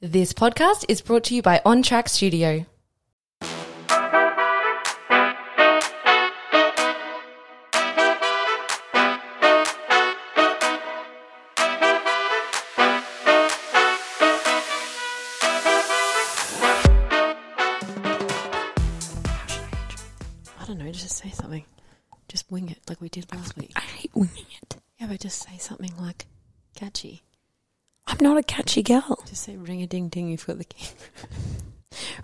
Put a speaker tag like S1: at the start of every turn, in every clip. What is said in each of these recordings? S1: This podcast is brought to you by On Track Studio.
S2: I don't know, just say something. Just wing it like we did last week.
S3: I hate winging it.
S2: Yeah, but just say something like catchy.
S3: I'm not a catchy girl.
S2: Just say ring a ding ding, you've got the key.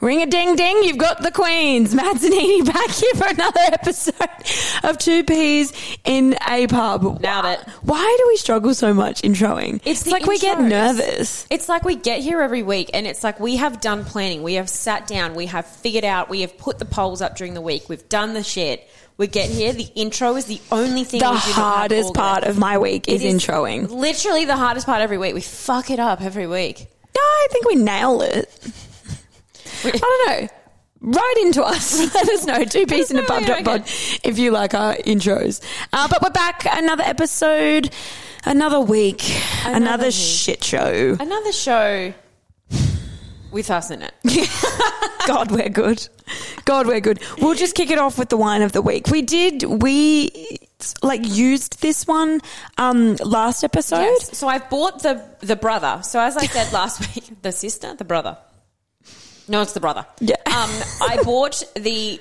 S3: Ring a ding ding, you've got the Queens. Mazzanini back here for another episode of Two Peas in a Pub.
S2: Nailed it.
S3: Why do we struggle so much introing?
S4: It's the
S3: like we get
S4: intros.
S3: nervous.
S4: It's like we get here every week and it's like we have done planning. We have sat down. We have figured out. We have put the polls up during the week. We've done the shit. We're getting here. The intro is the only thing
S3: The
S4: we do not have
S3: hardest
S4: organized.
S3: part of my week is,
S4: It is
S3: introing.
S4: Literally the hardest part every week. We fuck it up every week.
S3: No, I think we nail it. I don't know. Write into us. Let us know. Two peas in a pub dot pod if you like our intros. Uh, but we're back. Another episode. Another week. Another,
S4: week.
S3: shit show.
S4: Another show with us in it.
S3: God, we're good. God, we're good. We'll just kick it off with the wine of the week. We did. We like used this one um last episode.
S4: Yes. So I've bought the the brother. So as I said last week, the sister, the brother. No, it's the brother.
S3: Yeah.
S4: Um, I bought the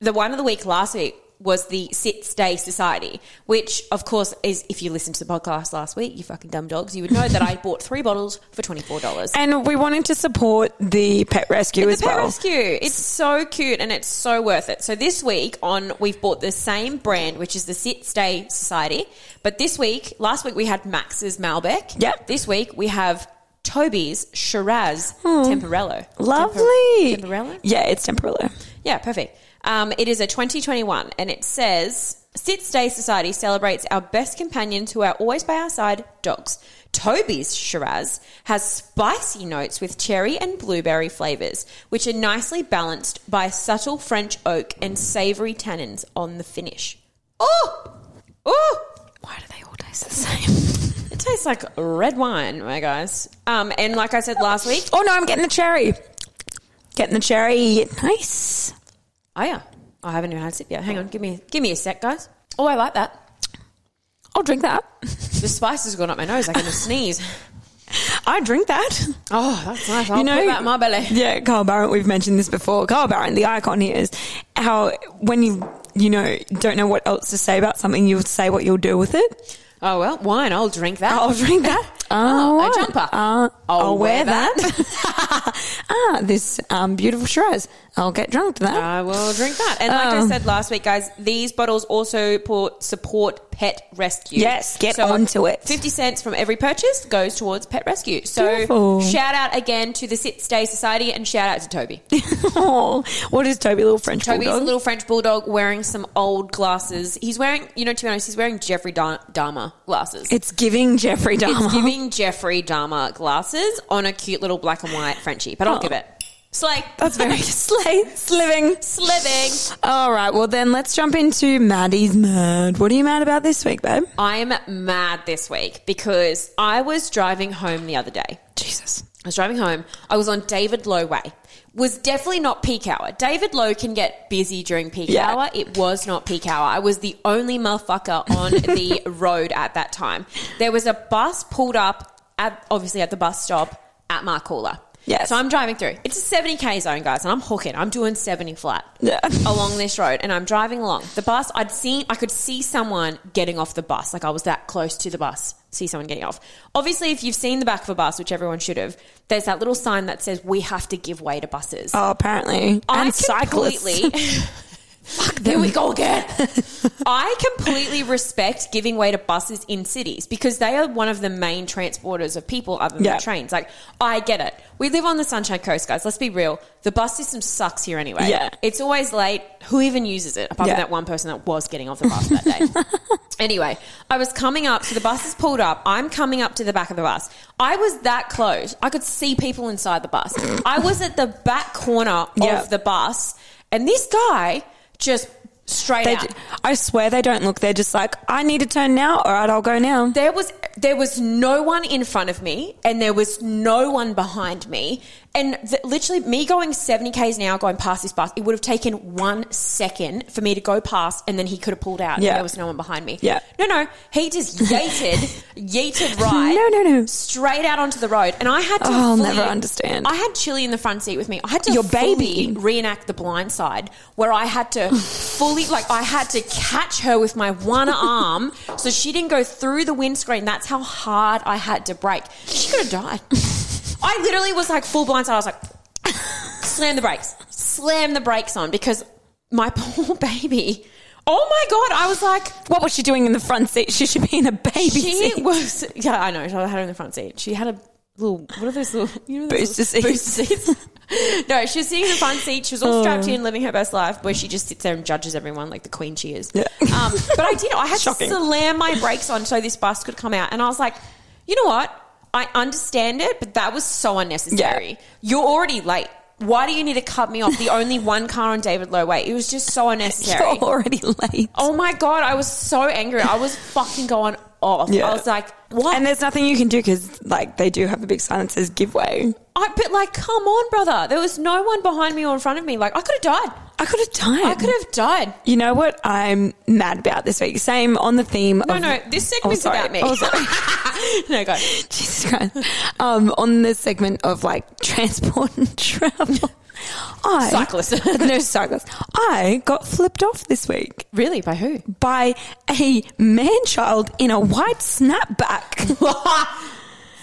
S4: the one of the week last week was the Sit Stay Society, which of course is if you listened to the podcast last week, you fucking dumb dogs, you would know that I bought three bottles for twenty four dollars.
S3: And we wanted to support the pet rescue as
S4: the pet
S3: well.
S4: rescue. It's so cute and it's so worth it. So this week on we've bought the same brand, which is the Sit Stay Society. But this week, last week we had Max's Malbec.
S3: Yep.
S4: This week we have Toby's Shiraz
S3: Hmm.
S4: Temporello.
S3: Lovely.
S4: Temper- Temporello?
S3: Yeah, it's Temporello.
S4: Yeah, perfect. Um, it is a 2021, and it says Sit Stay Society celebrates our best companions who are always by our side dogs. Toby's Shiraz has spicy notes with cherry and blueberry flavors, which are nicely balanced by subtle French oak and savory tannins on the finish. Oh! Oh!
S3: Why do they all taste the same?
S4: It tastes like red wine, my guys. Um, and like I said last week,
S3: Oh no, I'm getting the cherry. Getting the cherry. Nice.
S4: oh yeah, I haven't even had a sip yet. Hang on, give me give me a sec, guys. Oh, I like that.
S3: I'll drink that.
S4: The spice has gone up my nose. I can just sneeze.
S3: I drink that.
S4: Oh, that's nice. I'll
S3: You know-
S4: put that in my belly.
S3: Yeah, Carl Barron, we've mentioned this before. Carl Barron, the icon here is how when you you know, don't know what else to say about something, you'll say what you'll do with it.
S4: Oh well, wine. I'll drink that.
S3: I'll drink that.
S4: Oh,
S3: Alright.
S4: a jumper.
S3: Uh, I'll,
S4: I'll
S3: wear,
S4: wear
S3: that. ah, this um, beautiful Shiraz. I'll get drunk to that.
S4: I will drink that. And like
S3: Oh.
S4: I said last week, guys, these bottles also pour, support pet rescue.
S3: Yes, get onto it.
S4: Fifty cents from every purchase goes towards pet rescue. So
S3: Beautiful.
S4: shout out again to the Sit Stay Society and shout out to Toby.
S3: oh, what is Toby, little French
S4: Toby's
S3: bulldog?
S4: a little French bulldog wearing some old glasses. He's wearing, you know, to be honest, he's wearing Jeffrey Dar- Dahmer glasses.
S3: it's giving Jeffrey Dahmer.
S4: It's giving Jeffrey Dahmer glasses on a cute little black and white Frenchie, but I'll
S3: Oh.
S4: give it. Slay.
S3: That's very slay, sliving.
S4: Sliving.
S3: All right, well then let's jump into Maddie's mad. What are you mad about this week, babe?
S4: I'm mad this week because I was driving home the other day.
S3: Jesus.
S4: I was driving home. I was on David Lowe Way. Was definitely not peak hour. David Lowe can get busy during peak
S3: Yeah.
S4: hour. It was not peak hour. I was the only motherfucker on the road at that time. There was a bus pulled up, at, obviously at the bus stop at Marcoola.
S3: Yes.
S4: So I'm driving through. It's a 70k zone, guys, and I'm hooking. I'm doing 70 flat
S3: Yeah.
S4: along this road, and I'm driving along. The bus, I'd seen, I could see someone getting off the bus. Like I was that close to the bus, see someone getting off. Obviously, if you've seen the back of a bus, which everyone should have, there's that little sign that says we have to give way to buses.
S3: Oh, apparently.
S4: I
S3: and cyclists.
S4: completely-
S3: There we go again.
S4: I completely respect giving way to buses in cities because they are one of the main transporters of people other than
S3: Yeah.
S4: trains. Like, I get it. We live on the Sunshine Coast, guys. Let's be real. The bus system sucks here anyway.
S3: Yeah.
S4: It's always late. Who even uses it apart
S3: Yeah.
S4: from that one person that was getting off the bus that day? anyway, I was coming up. So the bus is pulled up. I'm coming up to the back of the bus. I was that close. I could see people inside the bus. I was at the back corner
S3: Yeah.
S4: of the bus, and this guy just Straight
S3: They
S4: out.
S3: d- I swear they don't look. They're just like, I need to turn now. All right, I'll go now.
S4: there was there was no one in front of me and there was no one behind me and th- literally me going 70 k's an hour going past this bus it would have taken one second for me to go past and then he could have pulled out
S3: Yeah.
S4: and there was no one behind me
S3: Yeah.
S4: no no he just yeeted yeeted right
S3: No, no, no.
S4: straight out onto the road and i had to
S3: Oh, I'll
S4: fully-
S3: never understand.
S4: i had chili in the front seat with me i had to
S3: Your
S4: fully
S3: baby.
S4: reenact the blind side where I had to fully like I had to catch her with my one arm so she didn't go through the windscreen. That's how hard I had to brake. She could have died. I literally was like full blindside. I was like slam the brakes. Slam the brakes on because my poor baby. Oh my god, I was like
S3: What was she doing in the front seat? She should be in a baby
S4: she
S3: seat.
S4: was yeah, I know. I had her in the front seat. She had a little what are those little you know those
S3: Booster
S4: little
S3: seats. Oh.
S4: booster seats? no, she was sitting in the front seat. She was all strapped in, living her best life, where she just sits there and judges everyone like the queen she is. Um, but I did. I had
S3: Shocking.
S4: to slam my brakes on so this bus could come out, and I was like, you know what? I understand it, but that was so unnecessary.
S3: Yeah.
S4: You're already late. Why do you need to cut me off? The only one car on David Low Way. It was just so unnecessary.
S3: You're already late.
S4: Oh my god, I was so angry. I was fucking going off.
S3: Yeah.
S4: I was like, "What?"
S3: And there's nothing you can do because, like, they do have a big sign that says "give way."
S4: I, but like, come on, brother. There was no one behind me or in front of me. Like, I could have died.
S3: I could have died.
S4: I could have died.
S3: You know what I'm mad about this week? Same on the theme.
S4: No,
S3: of,
S4: no, this segment's
S3: sorry.
S4: about me.
S3: Oh, sorry.
S4: no, go.
S3: Jesus Christ. Um, on the segment of like transport and travel. I,
S4: Cyclist.
S3: no, cyclist. I got flipped off this week
S4: Really? By who?
S3: by a man child in a white snapback.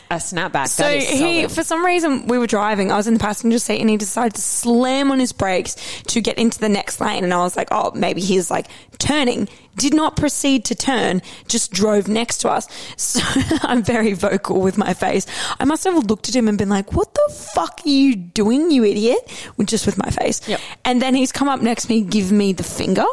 S4: A snapback.
S3: So
S4: that is
S3: he,
S4: solid.
S3: for some reason, we were driving. I was in the passenger seat, and he decided to slam on his brakes to get into the next lane. And I was like, "Oh, maybe he's like turning." Did not proceed to turn. Just drove next to us. So I'm very vocal with my face. I must have looked at him and been like, "What the fuck are you doing, you idiot?" With just with my face.
S4: Yep.
S3: And then he's come up next to me, give me the finger.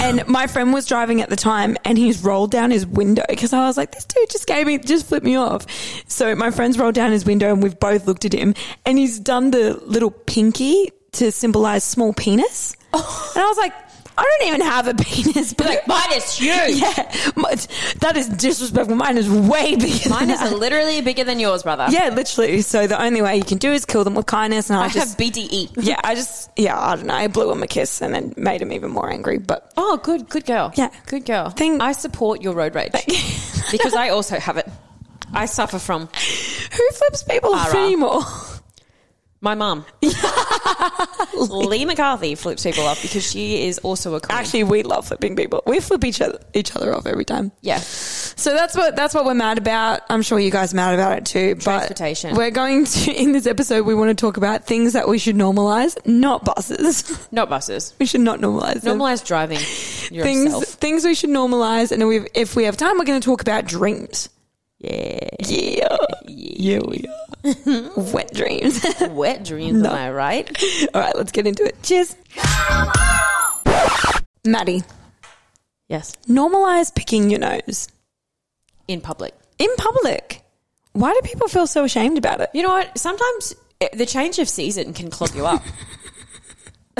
S3: And my friend was driving at the time and he's rolled down his window because I was like, this dude just gave me, just flipped me off. So my friend's rolled down his window and we've both looked at him and he's done the little pinky to symbolize small penis. And I was like, I don't even have a penis, but
S4: like, mine is huge.
S3: Yeah, my- that is disrespectful. Mine is way bigger.
S4: Mine
S3: than
S4: is
S3: that.
S4: literally bigger than yours, brother.
S3: yeah, literally. So the only way you can do is kill them with kindness. And I,
S4: I
S3: just
S4: have E. BDE.
S3: yeah, I just yeah, I don't know. I blew him a kiss and then made him even more angry. But
S4: Oh, good, good girl.
S3: Yeah.
S4: good girl.
S3: Thing-
S4: I support your road rage because I also have it. I suffer from
S3: who flips people off
S4: Ara.
S3: anymore?
S4: My mum. Lee McCarthy flips people off because she is also a queen.
S3: Actually, we love flipping people. We flip each other each other off every time.
S4: yeah.
S3: So that's what that's what we're mad about. I'm sure you guys are mad about it too.
S4: Transportation.
S3: But we're going to in this episode we want to talk about things that we should normalize, not buses.
S4: Not buses.
S3: we should not normalize. them.
S4: Normalize driving
S3: things
S4: yourself.
S3: things we should normalize and we if we have time we're going to talk about dreams. Yeah. Yeah. Yeah, we are. Wet dreams.
S4: Wet dreams, am I right?
S3: All right, let's get into it. Cheers. Maddie,
S4: Yes.
S3: normalize picking your nose
S4: In public.
S3: in public. Why do people feel so ashamed about it?
S4: You know what? Sometimes eh, the change of season can clog you up.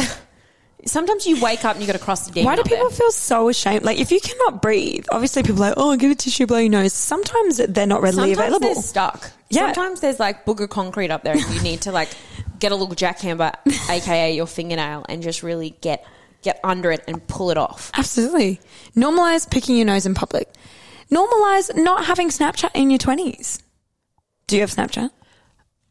S4: Sometimes you wake up and you got to cross the game.
S3: Why do people feel so ashamed? Like, if you cannot breathe, obviously people are like, oh, get a tissue, blow your nose. Sometimes they're not readily
S4: Sometimes
S3: available.
S4: they're stuck.
S3: Yeah.
S4: Sometimes there's like booger concrete up there, and you need to like get a little jackhammer, aka your fingernail, and just really get get under it and pull it off.
S3: Absolutely. Normalize picking your nose in public. Normalize not having Snapchat in your 20s. Do you have Snapchat?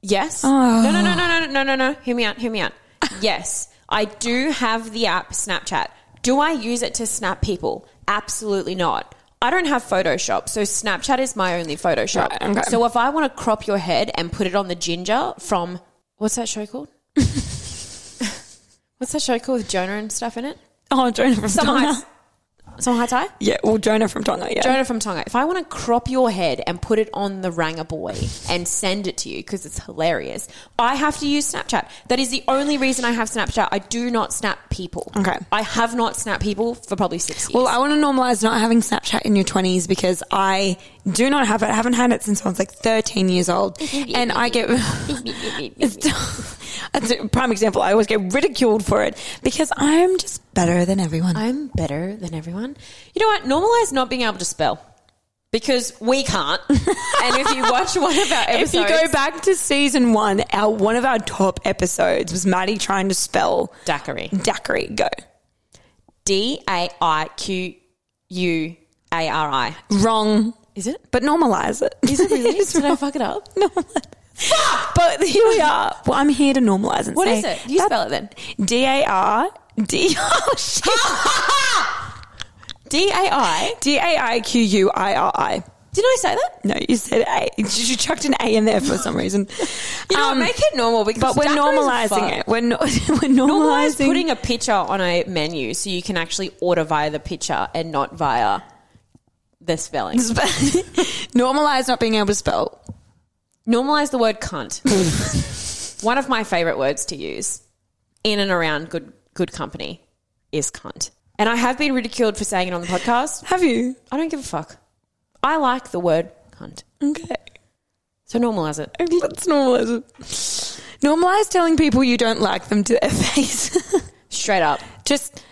S4: Yes. No, no, no, no, no, no, no, no. Hear me out. Hear me out. yes, I do have the app Snapchat. Do I use it to snap people? Absolutely not. I don't have Photoshop, so Snapchat is my only Photoshop.
S3: Right, okay.
S4: So if I want to crop your head and put it on the ginger from what's that show called? what's that show called with Jonah and stuff in it?
S3: Oh, Jonah from
S4: Some
S3: Tonga.
S4: high, some high tie.
S3: Yeah, well, Jonah from Tonga, yeah.
S4: Jonah from Tonga. If I want to crop your head and put it on the Ranger boy and send it to you because it's hilarious, I have to use Snapchat. That is the only reason I have Snapchat. I do not snap people.
S3: Okay.
S4: I have not snapped people for probably six years.
S3: Well, I want to normalize not having Snapchat in your 20s because I do not have it. I haven't had it since I was like 13 years old. and I get. It's- That's a prime example. I always get ridiculed for it because I'm just better than everyone.
S4: I'm better than everyone. You know what? Normalize not being able to spell because we can't. and if you watch one of our
S3: if
S4: episodes,
S3: you go back to season one, our one of our top episodes was Maddie trying to spell
S4: daiquiri,
S3: daiquiri. Go
S4: D A I Q U A R I.
S3: wrong,
S4: Is it?
S3: but normalize it. Is it really?
S4: Did I fuck it up?
S3: but here we are. Well, I'm here to normalize it.
S4: What is it? You spell it then.
S3: D A R D. Oh shit.
S4: D A I.
S3: D A I Q U I R I.
S4: Didn't I say that?
S3: No, you said A. You chucked an A in there for some reason.
S4: You know,
S3: Um,
S4: what? make it normal because
S3: but we're
S4: daiquiris are
S3: normalizing
S4: fun.
S3: it. We're, no, we're
S4: Normalize
S3: normalizing.
S4: putting a picture on a menu so you can actually order via the picture and not via the spelling.
S3: normalize not being able to spell.
S4: Normalize the word cunt. One of my favorite words to use in and around good good company is cunt. And I have been ridiculed for saying it on the podcast.
S3: Have you?
S4: I don't give a fuck. I like the word cunt.
S3: Okay.
S4: So normalize it.
S3: Let's normalize it. Normalize telling people you don't like them to their face.
S4: Straight up.
S3: Just,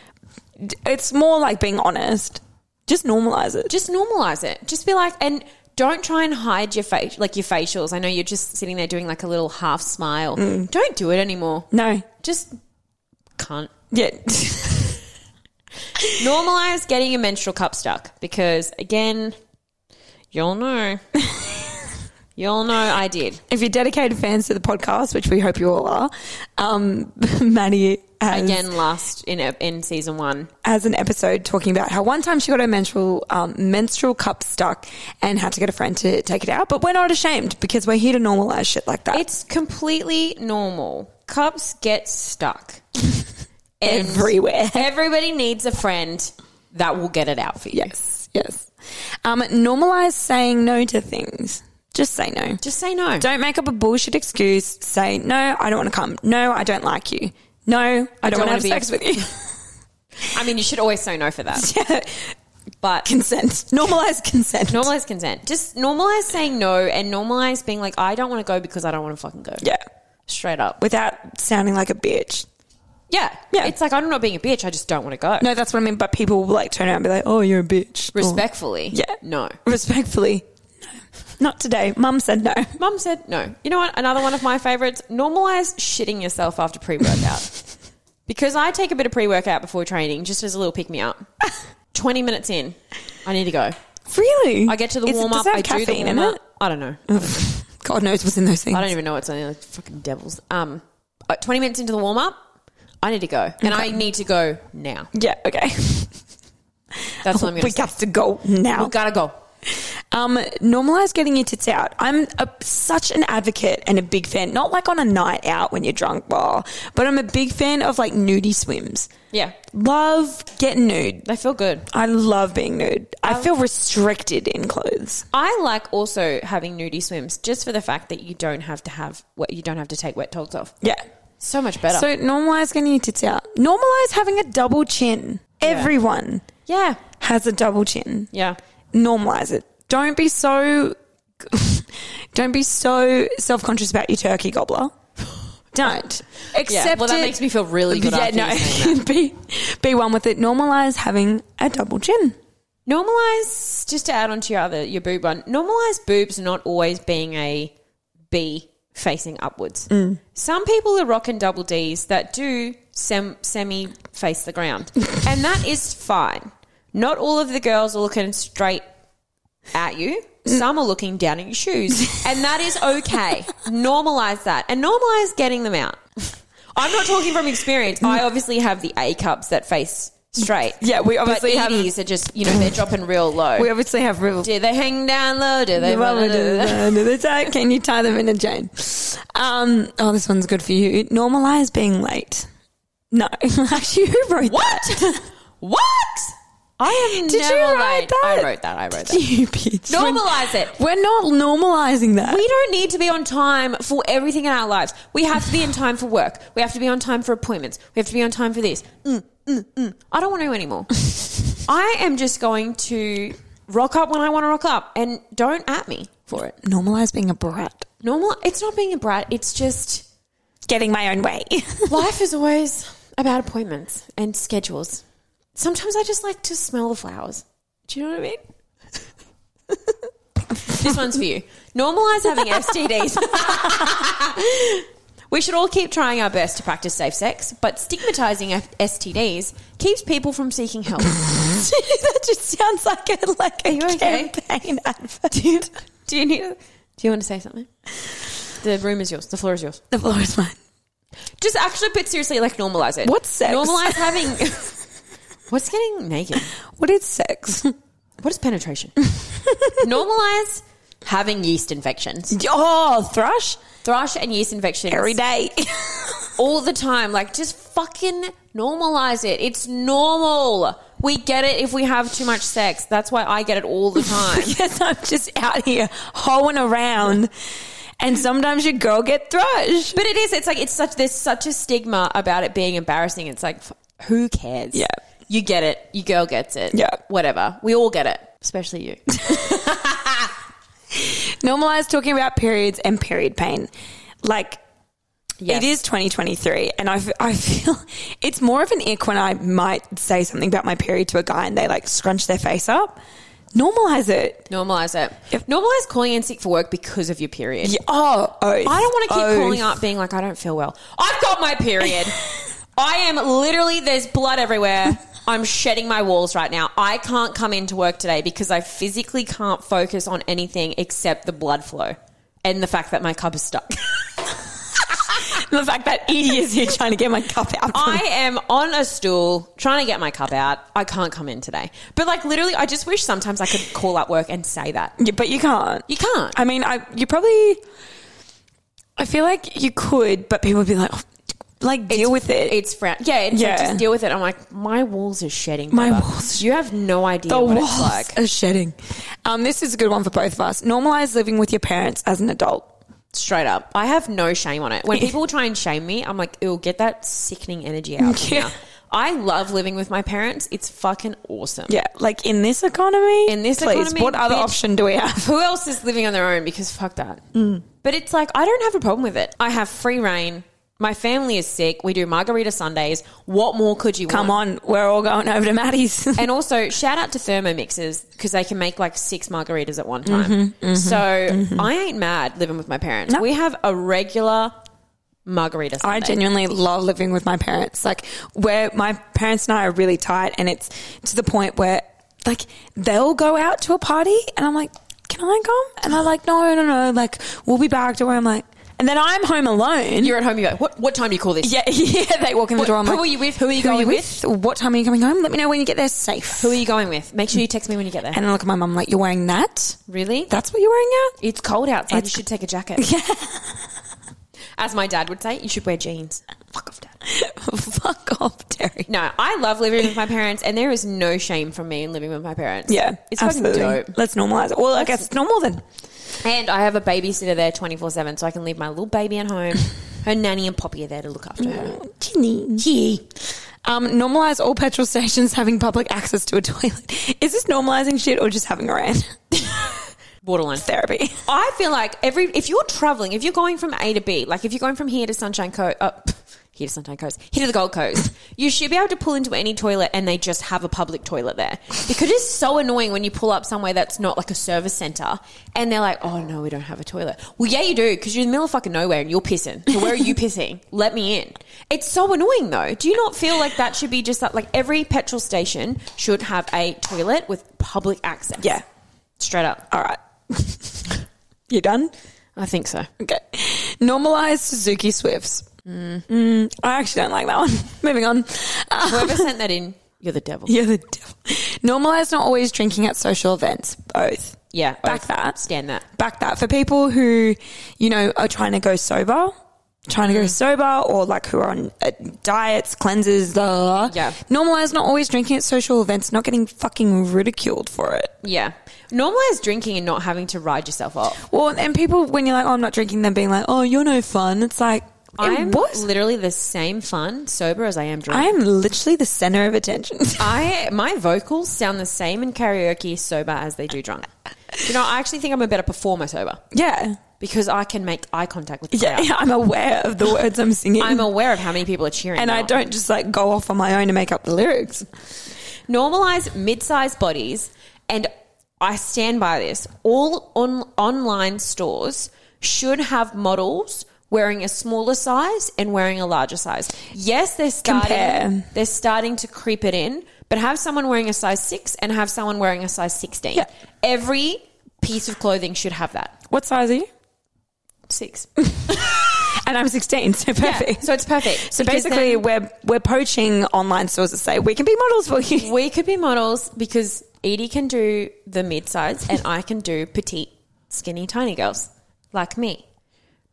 S3: it's more like being honest. Just normalize it.
S4: Just normalize it. Just be like and don't try and hide your face like your facials. I know you're just sitting there doing like a little half smile. Don't do it anymore.
S3: No.
S4: Just cunt.
S3: Yeah.
S4: Normalize getting a menstrual cup stuck because, again, you'll know. you'll know I did.
S3: if you're dedicated fans to the podcast, which we hope you all are, um, Maddie has,
S4: Again, last in in season one.
S3: has an episode talking about how one time she got her menstrual um, menstrual cup stuck and had to get a friend to take it out. But we're not ashamed because we're here to normalize shit like that.
S4: It's completely normal. Cups get stuck And
S3: everywhere.
S4: Everybody needs a friend that will get it out for you.
S3: Yes, yes. Um, normalize saying no to things. Just say no.
S4: Just say no.
S3: Don't make up a bullshit excuse. Say no, I don't want to come. No, I don't like you. No, I don't, want to have
S4: wanna be-
S3: sex with you.
S4: I mean, you should always say no for that. But
S3: consent. Normalize consent.
S4: normalize consent. Just normalize saying no and normalize being like, I don't want to go because I don't want to fucking go.
S3: Yeah,
S4: Straight up.
S3: without sounding like a bitch.
S4: Yeah.
S3: Yeah.
S4: It's like, I'm not being a bitch. I just don't want to go.
S3: No, that's what I mean. But people will like turn around and be like, "Oh, you're a bitch."
S4: Respectfully.
S3: Or- yeah.
S4: No.
S3: Respectfully. No. Not today. Mum said no.
S4: Mum said no. You know what? Another one of my favorites normalize shitting yourself after pre workout. because I take a bit of pre workout before training just as a little pick me up. 20 minutes in, I need to go.
S3: Really?
S4: I get to the
S3: Is it-
S4: warm
S3: does
S4: up.
S3: it have
S4: I do the
S3: caffeine in Oh,
S4: warm up. I don't know.
S3: it? God knows what's in those things.
S4: I don't even know what's on the fucking devils. Um, uh, 20 minutes into the warm up, I need to go. And I need to go now.
S3: yeah. Okay.
S4: That's what I'm going
S3: we
S4: to say.
S3: have to go now.
S4: We gotta go.
S3: Um, normalize getting your tits out. I'm a, such an advocate and a big fan. Not like on a night out when you're drunk, blah, but I'm a big fan of like nudie swims.
S4: Yeah.
S3: Love getting nude.
S4: They feel good.
S3: I love being nude. I
S4: Um,
S3: feel restricted in clothes.
S4: I like also having nudie swims just for the fact that you don't have to have wet, you don't have to take wet togs off.
S3: Yeah.
S4: So much better.
S3: So normalize getting your tits out. Normalize having a double chin. Everyone
S4: yeah,
S3: has a double chin.
S4: yeah.
S3: Normalize it. Don't be so don't be so self-conscious about your turkey gobbler. Don't. Accept
S4: Yeah. Well, that
S3: it.
S4: makes me feel really good. after you saying that.
S3: be be one with it. Normalize having a double chin.
S4: Normalize just to add on to your other your boob one. Normalize boobs not always being a B facing upwards.
S3: Mm.
S4: Some people are rocking double D's that do sem- semi face the ground, and that is fine. Not all of the girls are looking straight at you.
S3: Mm.
S4: Some are looking down at your shoes, and that is okay. normalize that, and normalize getting them out. I'm not talking from experience. I obviously have the A cups that face straight.
S3: Yeah, we obviously
S4: but
S3: have-
S4: EDs are just you know they're dropping real low.
S3: We obviously have real.
S4: do they hang down low? Do they?
S3: Can you tie them in a chain? Um, oh, this one's good for you. Normalize being late. No, actually, who wrote
S4: What? what? I am.
S3: Did you
S4: never
S3: write
S4: late.
S3: that?
S4: I wrote that. I wrote
S3: that?
S4: that.
S3: You bitch.
S4: Normalize it.
S3: We're not normalizing that.
S4: We don't need to be on time for everything in our lives. We have to be in time for work. We have to be on time for appointments. We have to be on time for this. Mm, mm, mm. I don't want to anymore. I am just going to rock up when I want to rock up and don't at me for it.
S3: normalize being a brat.
S4: Normal. It's not being a brat. It's just
S3: getting my own way.
S4: Life is always about appointments and schedules. Sometimes I just like to smell the flowers. Do you know what I mean? this one's for you. Normalize having STDs. we should all keep trying our best to practice safe sex, but stigmatizing F- STDs keeps people from seeking help.
S3: that just sounds like a like a
S4: okay?
S3: campaign advert.
S4: do you need? Do you want to say something? The room is yours. The floor is yours.
S3: the floor is mine.
S4: Just actually, but seriously, like normalize it.
S3: What's sex?
S4: Normalize having. What's getting naked?
S3: What is sex?
S4: What is penetration? normalize having yeast infections,
S3: Oh, thrush
S4: thrush and yeast infections
S3: every day.
S4: all the time. Like, just fucking normalize it. It's normal. We get it if we have too much sex. That's why I get it all the time.
S3: yes, I'm just out here hoeing around, and sometimes your girl get thrush.
S4: But it is. It's like it's such. There's such a stigma about it being embarrassing. It's like f- who cares?
S3: Yeah.
S4: you get it. Your girl gets it.
S3: Yeah.
S4: whatever. We all get it, especially you.
S3: Normalize talking about periods and period pain, like.
S4: Yes.
S3: It is 2023, and I, f- I feel it's more of an ick when I might say something about my period to a guy and they like scrunch their face up. Normalize it.
S4: Normalize it.
S3: Yep.
S4: Normalize calling in sick for work because of your period.
S3: Yeah, oh, oh,
S4: I don't want to keep
S3: oh.
S4: calling up being like, I don't feel well. I've got my period. I am literally, there's blood everywhere. I'm shedding my walls right now. I can't come into work today because I physically can't focus on anything except the blood flow and the fact that my cup is stuck.
S3: the fact that Edie is here trying to get my cup out.
S4: I am on a stool trying to get my cup out. I can't come in today. But like literally, I just wish sometimes I could call up work and say that.
S3: Yeah, but you can't.
S4: You can't.
S3: I mean, I you probably. I feel like you could, but people would be like, oh, like deal with it.
S4: It's frown. Yeah, it's yeah.
S3: Yeah.
S4: just deal with it. I'm like, my walls are shedding.
S3: My
S4: brother.
S3: walls-
S4: You have no idea
S3: the
S4: what
S3: walls
S4: it's like.
S3: are shedding. Um, this is a good one for both of us. Normalize living with your parents as an adult.
S4: Straight up, I have no shame on it. When people try and shame me, I'm like, it'll get that sickening energy out. of me
S3: Yeah.
S4: now. I love living with my parents. It's fucking awesome.
S3: Yeah, like in this economy.
S4: In this
S3: please,
S4: economy,
S3: what other
S4: bitch.
S3: option do we have?
S4: Who else is living on their own? Because fuck that.
S3: Mm.
S4: But it's like I don't have a problem with it. I have free reign. My family is sick. We do margarita Sundays. What more could you want?
S3: Come on, we're all going over to Maddie's.
S4: And also, shout out to Thermomixes because they can make like six margaritas at one time.
S3: Mm-hmm,
S4: so I ain't mad living with my parents.
S3: No.
S4: We have a regular margarita. Sunday.
S3: I genuinely love living with my parents. Like where my parents and I are really tight and it's to the point where like they'll go out to a party and I'm like, Can I come? And they're like, No, no, no, like we'll be back to where I'm like and then I'm home alone.
S4: You're at home. You go. What what time do you call this?
S3: yeah, yeah, they walk in the
S4: What-
S3: door. I'm
S4: who
S3: like,
S4: are you with? Who are you going with?
S3: What time are you coming home? Let me know when you get there safe.
S4: Who are you going with? Make sure you text me when you get there.
S3: and I look at my mum like, You're wearing that?
S4: really?
S3: That's what you're wearing out?
S4: It's cold outside.
S3: It's-
S4: you should take a jacket. Yeah. As my dad would say, you should wear jeans. Fuck off, dad.
S3: Fuck off, Terry.
S4: No, I love living with my parents, and there is no shame from me in living with my parents.
S3: Yeah.
S4: it's fucking dope.
S3: Let's normalize it. Well, I guess it's normal then.
S4: And I have a babysitter there 24 7, so I can leave my little baby at home. Her nanny and Poppy are there to look after her.
S3: Gee. Um, normalize all petrol stations having public access to a toilet. Is this normalizing shit or just having a rant?
S4: Borderline.
S3: Therapy.
S4: I feel like every if you're traveling, if you're going from A to B, like if you're going from here to Sunshine Coast, uh, pff, here to Sunshine Coast, here to the Gold Coast, you should be able to pull into any toilet and they just have a public toilet there. Because it's so annoying when you pull up somewhere that's not like a service center and they're like, oh no, we don't have a toilet. Well, yeah, you do because you're in the middle of fucking nowhere and you're pissing. So where are you pissing? Let me in. It's so annoying though. Do you not feel like that should be just that? Like every petrol station should have a toilet with public access.
S3: Yeah.
S4: Straight up.
S3: All right. you done?
S4: I think so.
S3: Okay. Normalize Suzuki Swifts. Mm, I actually don't like that one. Moving on. Uh,
S4: Whoever sent that in, you're the devil.
S3: you're the devil. Normalize not always drinking at social events. Both.
S4: Yeah,
S3: Back
S4: oath.
S3: that.
S4: Stand that.
S3: back that for people who, you know, are trying to go sober, trying
S4: Mm-hmm.
S3: to go sober, or like who are on uh, diets, cleanses, blah, blah, blah.
S4: Yeah.
S3: Normalize not always drinking at social events, not getting fucking ridiculed for it.
S4: Yeah, normalize drinking and not having to ride yourself up.
S3: Well, and people, when you're like, oh, I'm not drinking, them being like, oh, you're no fun. It's like,
S4: I'm
S3: I'm what?
S4: literally the same fun sober as I am drunk.
S3: I am literally the center of attention.
S4: I my vocals sound the same in karaoke sober as they do drunk. You know, I actually think I'm a better performer sober.
S3: yeah.
S4: because I can make eye contact with the
S3: Yeah,
S4: crowd.
S3: I'm aware of the words I'm singing.
S4: I'm aware of how many people are cheering.
S3: and I
S4: now.
S3: don't just like go off on my own to make up the lyrics.
S4: normalize mid-sized bodies and i stand by this all on- online stores should have models wearing a smaller size and wearing a larger size yes they're starting
S3: Compare.
S4: they're starting to creep it in but have someone wearing a size 6 and have someone wearing a size 16
S3: Yeah.
S4: every piece of clothing should have that
S3: What size are you?
S4: 6
S3: And I'm 16, so perfect.
S4: so it's perfect
S3: So
S4: Because
S3: basically,
S4: then
S3: we're we're poaching online stores that say we can be models for you.
S4: we could be models because Edie can do the mid-size and I can do petite, skinny, tiny girls like me.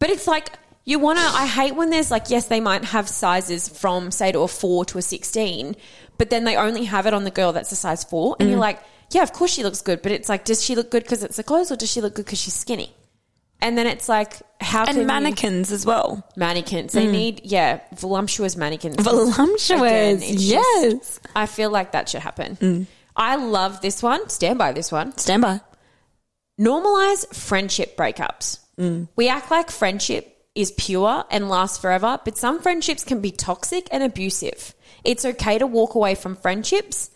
S4: But it's like you want to. I hate when there's like yes, they might have sizes from say to a four to a sixteen, but then they only have it on the girl that's a size four, and
S3: Mm.
S4: you're like, yeah, of course she looks good, but it's like, does she look good because it's the clothes, or does she look good because she's skinny? And then it's like, how can
S3: And
S4: you-
S3: mannequins as well.
S4: mannequins? They need yeah, voluptuous mannequins.
S3: Hmm. Voluptuous.
S4: Again, it's
S3: Yes. Hmm.
S4: just- I feel like that should happen. I love this one. Stand by this one.
S3: Stand by.
S4: Normalize friendship breakups.
S3: Hmm.
S4: We act like friendship is pure and lasts forever, but some friendships can be toxic and abusive. It's okay to walk away from friendships,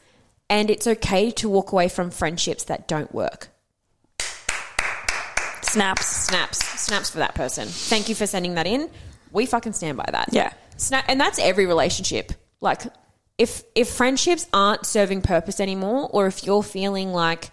S4: and it's okay to walk away from friendships that don't work.
S3: Snaps.
S4: Snaps, snaps for that person. Thank you for sending that in. We fucking stand by that.
S3: Yeah.
S4: Snap, and that's every relationship. Like, if if friendships aren't serving purpose anymore, or if you're feeling like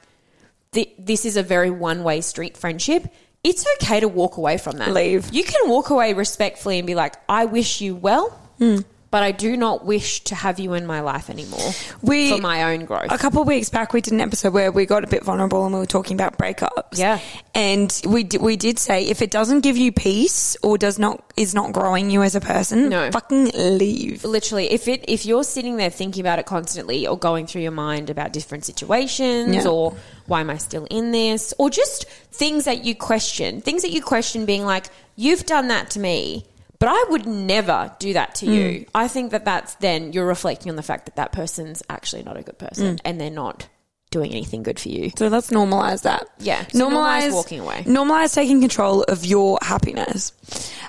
S4: th- this is a very one way street friendship, it's okay to walk away from that.
S3: Leave.
S4: You can walk away respectfully and be like, "I wish you well,
S3: Hmm.
S4: but I do not wish to have you in my life anymore
S3: We-
S4: for my own growth."
S3: A couple of weeks back, we did an episode where we got a bit vulnerable and we were talking about breakups.
S4: Yeah.
S3: and we d- we did say if it doesn't give you peace or does not is not growing you as a person,
S4: No.
S3: fucking leave.
S4: literally if it if you're sitting there thinking about it constantly or going through your mind about different situations
S3: Yeah.
S4: or why am I still in this or just things that you question things that you question being like you've done that to me but I would never do that to
S3: Hmm.
S4: you I think that that's then you're reflecting on the fact that that person's actually not a good person
S3: Hmm.
S4: and they're not doing anything good for you
S3: So let's normalize that.
S4: Yeah. So normalize walking away.
S3: Normalize taking control of your happiness.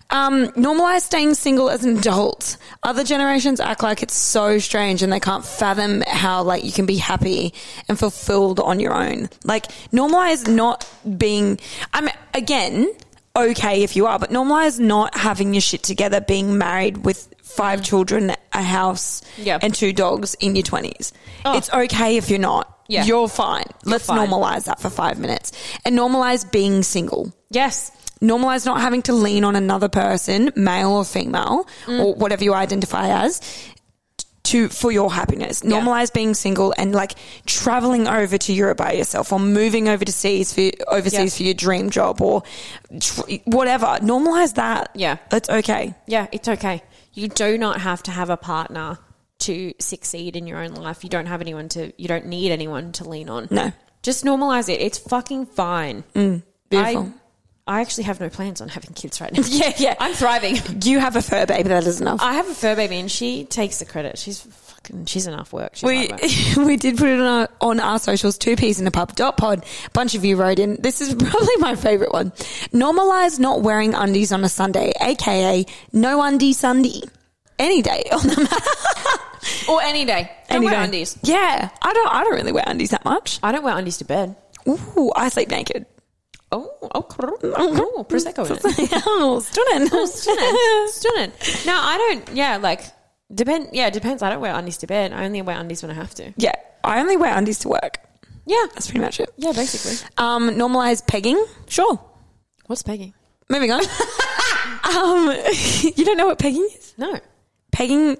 S3: Um, normalize staying single as an adult. Other generations act like it's so strange and they can't fathom how like you can be happy and fulfilled on your own. Like normalize not being. I mean, again, okay if you are, but normalize not having your shit together, being married with five children, a house,
S4: Yeah. Oh.
S3: and two dogs in your twenties. It's okay if you're not.
S4: Yeah.
S3: You're fine. Let's
S4: fine.
S3: normalize that for five minutes and normalize being single.
S4: yes
S3: Normalize not having to lean on another person, male or female,
S4: Mm.
S3: or whatever you identify as, to for your happiness.
S4: Yeah.
S3: Normalize being single and like traveling over to Europe by yourself, or moving over to seas for overseas
S4: Yeah.
S3: for your dream job, or tr- whatever. Normalize that.
S4: Yeah.
S3: that's okay.
S4: Yeah, it's okay. You do not have to have a partner to succeed in your own life. You don't have anyone to, you don't need anyone to lean on.
S3: No.
S4: Just normalize it. It's fucking fine.
S3: Beautiful.
S4: I, I actually have no plans on having kids right now.
S3: yeah, yeah.
S4: I'm thriving.
S3: you have a fur baby. That is enough.
S4: I have a fur baby and she takes the credit. She's fucking, she's enough work. She's
S3: We
S4: hard work.
S3: we did put it on our, on our socials, two peas in a pub dot pod. Bunch of you wrote in. This is probably my favorite one. Normalize not wearing undies on a Sunday, aka no undie Sunday. Any day on the
S4: Or any day. Don't
S3: any
S4: wear
S3: day.
S4: undies.
S3: Yeah, I don't. I don't really wear undies that much.
S4: I don't wear undies to bed.
S3: Ooh, I sleep naked.
S4: Oh, oh, oh prosecco in it.
S3: oh, stunning.
S4: stunning, stunning. No, I don't. Yeah, like depend. Yeah, it depends. I don't wear undies to bed. I only wear undies when I have to.
S3: yeah, I only wear undies to work.
S4: Yeah,
S3: That's pretty much it.
S4: yeah, basically.
S3: Um, normalize pegging. Sure.
S4: What's pegging?
S3: Moving on. um, you don't know what pegging is?
S4: No.
S3: pegging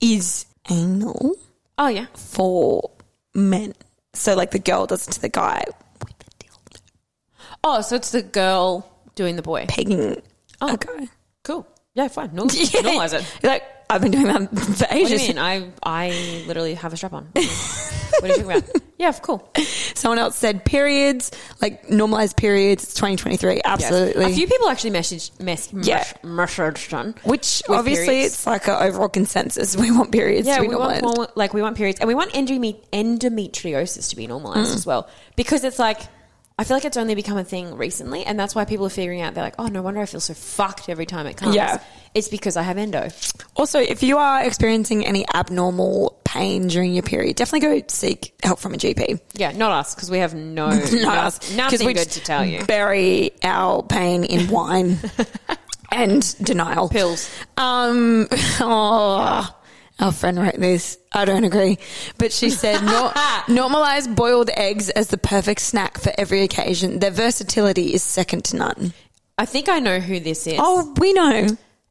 S3: is anal
S4: Oh yeah.
S3: for men. So like the girl does it to the guy.
S4: Oh, so it's the girl doing the boy.
S3: Pegging
S4: Oh.
S3: a guy.
S4: Cool. Yeah, fine. Normal- Normalize it.
S3: You're like, I've been doing that for
S4: What do you
S3: ages.
S4: mean? I I literally have a strap on. what are you talking about? Yeah, cool. Yes.
S3: Someone else said periods, like normalized periods. It's 2023. Absolutely.
S4: A few people actually messaged mess,
S3: Yeah.
S4: mess, messaged on.
S3: Which
S4: with
S3: obviously
S4: periods.
S3: it's like an overall consensus. We want periods
S4: Yeah,
S3: to be
S4: we want
S3: normalized.
S4: more, Mm. like we want periods, and we want endome- endometriosis to be normalized as well because it's like I feel like it's only become a thing recently, and that's why people are figuring out they're like, oh, no wonder I feel so fucked every time it comes.
S3: Yeah.
S4: It's because I have endo.
S3: Also, if you are experiencing any abnormal pain during your period, definitely go seek help from a GP.
S4: Yeah, not us, because we have no,
S3: Not
S4: no-
S3: us. 'Cause
S4: nothing
S3: we
S4: good
S3: just
S4: to tell you.
S3: Bury our pain in wine and denial.
S4: Pills.
S3: Um, oh, our friend wrote this. I don't agree. But she said, "Nor- normalize boiled eggs as the perfect snack for every occasion. Their versatility is second to none.
S4: I think I know who this is.
S3: Oh, we know.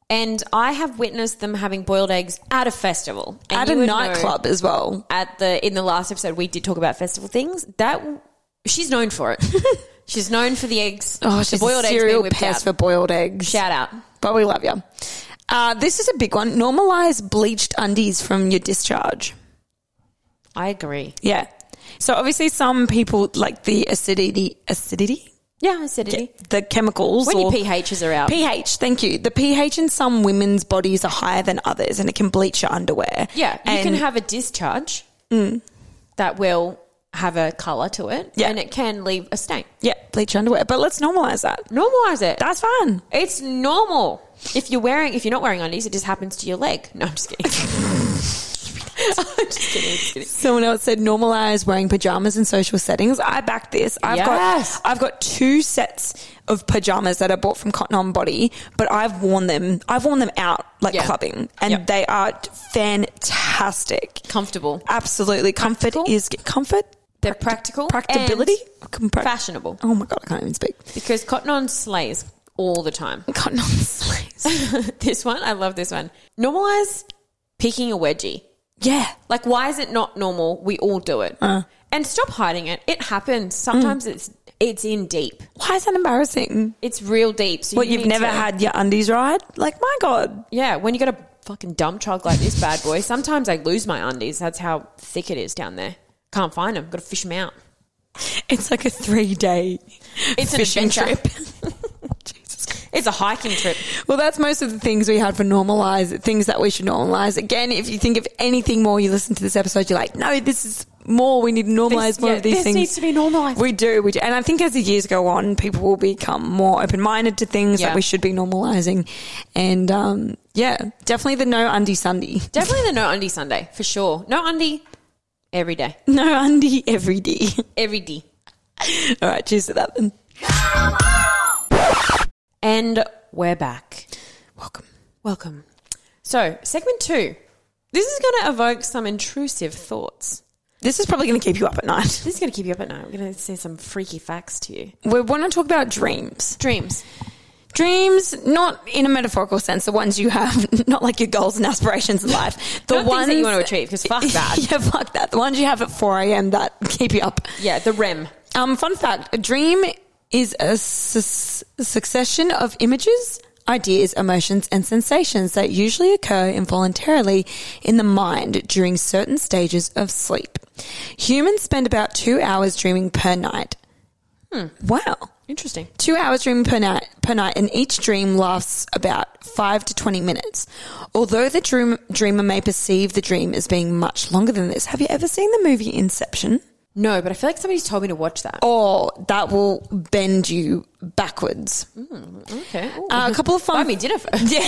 S4: And I have witnessed them having boiled eggs at a festival. And
S3: At
S4: you
S3: a
S4: would know
S3: nightclub as well.
S4: At the in the last episode we did talk about festival things. That she's known for it. she's known for the eggs.
S3: Oh,
S4: the
S3: she's boiled a serial
S4: whipped
S3: pest for
S4: out.
S3: boiled eggs.
S4: Shout out.
S3: But we love you. Uh, this is a big one. Normalize bleached undies from your discharge.
S4: I agree.
S3: Yeah. So obviously, some people like the acidity, acidity,
S4: Yeah, acidity.
S3: the chemicals.
S4: When your
S3: or-
S4: pHs are out.
S3: pH, thank you. The pH in some women's bodies are higher than others, and it can bleach your underwear.
S4: yeah, you
S3: and Mm.
S4: can have a discharge that will have a color to it,
S3: Yeah.
S4: and it can leave a stain.
S3: yeah, bleach your underwear. But let's normalize that.
S4: Normalize it.
S3: That's fine.
S4: It's normal. If you're wearing, if you're not wearing undies, it just happens to your leg. No, I'm just kidding. I'm just kidding. I'm just kidding.
S3: Someone else said normalize wearing pajamas in social settings. I back this. I've
S4: Yes.
S3: got I've got two sets of pajamas that I bought from Cotton On Body, but I've worn them. I've worn them out like
S4: Yeah.
S3: clubbing, and
S4: Yep.
S3: they are fantastic.
S4: Comfortable.
S3: Absolutely, comfort
S4: Practical?
S3: is comfort.
S4: They're practical.
S3: Practicability. Com- prac-
S4: Fashionable.
S3: Oh my god, I can't even speak.
S4: Because cotton on slays all the time.
S3: Cotton On slays.
S4: this one, I love this one. Normalize picking a wedgie.
S3: yeah.
S4: Like, why is it not normal? We all do it.
S3: Uh.
S4: And stop hiding it. It happens. Sometimes
S3: Mm.
S4: it's it's in deep.
S3: Why is that embarrassing?
S4: It's real deep. So
S3: What
S4: you
S3: you've
S4: need
S3: never
S4: to-
S3: had your undies right? Like my god.
S4: Yeah, when you got a fucking dump truck like this bad boy, sometimes I lose my undies. That's how thick it is down there. Can't find them. Got to fish them out.
S3: It's like a three day
S4: It's an
S3: fishing
S4: adventure.
S3: trip.
S4: It's a hiking trip.
S3: Well, that's most of the things we had for normalize, things that we should normalize. Again, if you think of anything more, you listen to this episode, you're like, no, this is more. We need to normalize
S4: This-
S3: more
S4: yeah,
S3: of these
S4: this
S3: things.
S4: needs to be normalized.
S3: We do, we do. And I think as the years go on, people will become more open minded to things
S4: Yeah.
S3: that we should be normalizing. And um, yeah, definitely the no undie Sunday.
S4: Definitely the no undie Sunday for sure. No undie every day,
S3: No undie every day.
S4: every day.
S3: All right, cheers to that then.
S4: And we're back.
S3: Welcome.
S4: Welcome. So segment two. This is going to evoke some intrusive thoughts.
S3: This is probably going to keep you up at night.
S4: This is going to keep you up at night. We're going to say some freaky facts to you.
S3: We want to talk about dreams.
S4: Dreams.
S3: Dreams, not in a metaphorical sense, the ones you have, not like your goals and aspirations in life. The
S4: Not things
S3: ones
S4: that you want to achieve, 'cause fuck that.
S3: yeah, fuck that. The ones you have at 4 a.m. that keep you up.
S4: Yeah, the REM.
S3: Um, fun fact a dream is a su- succession of images, ideas, emotions, and sensations that usually occur involuntarily in the mind during certain stages of sleep. Humans spend about two hours dreaming per night.
S4: Hmm.
S3: Wow
S4: Interesting.
S3: two hours dreaming per night, per night, and each dream lasts about five to twenty minutes. Although the dream, dreamer may perceive the dream as being much longer than this, have you ever seen the movie Inception?
S4: No, but I feel like somebody's told me to watch that.
S3: Oh, that will bend you backwards.
S4: Mm, Okay. Ooh.
S3: Uh, a couple of fun.
S4: Buy me dinner first.
S3: Yeah,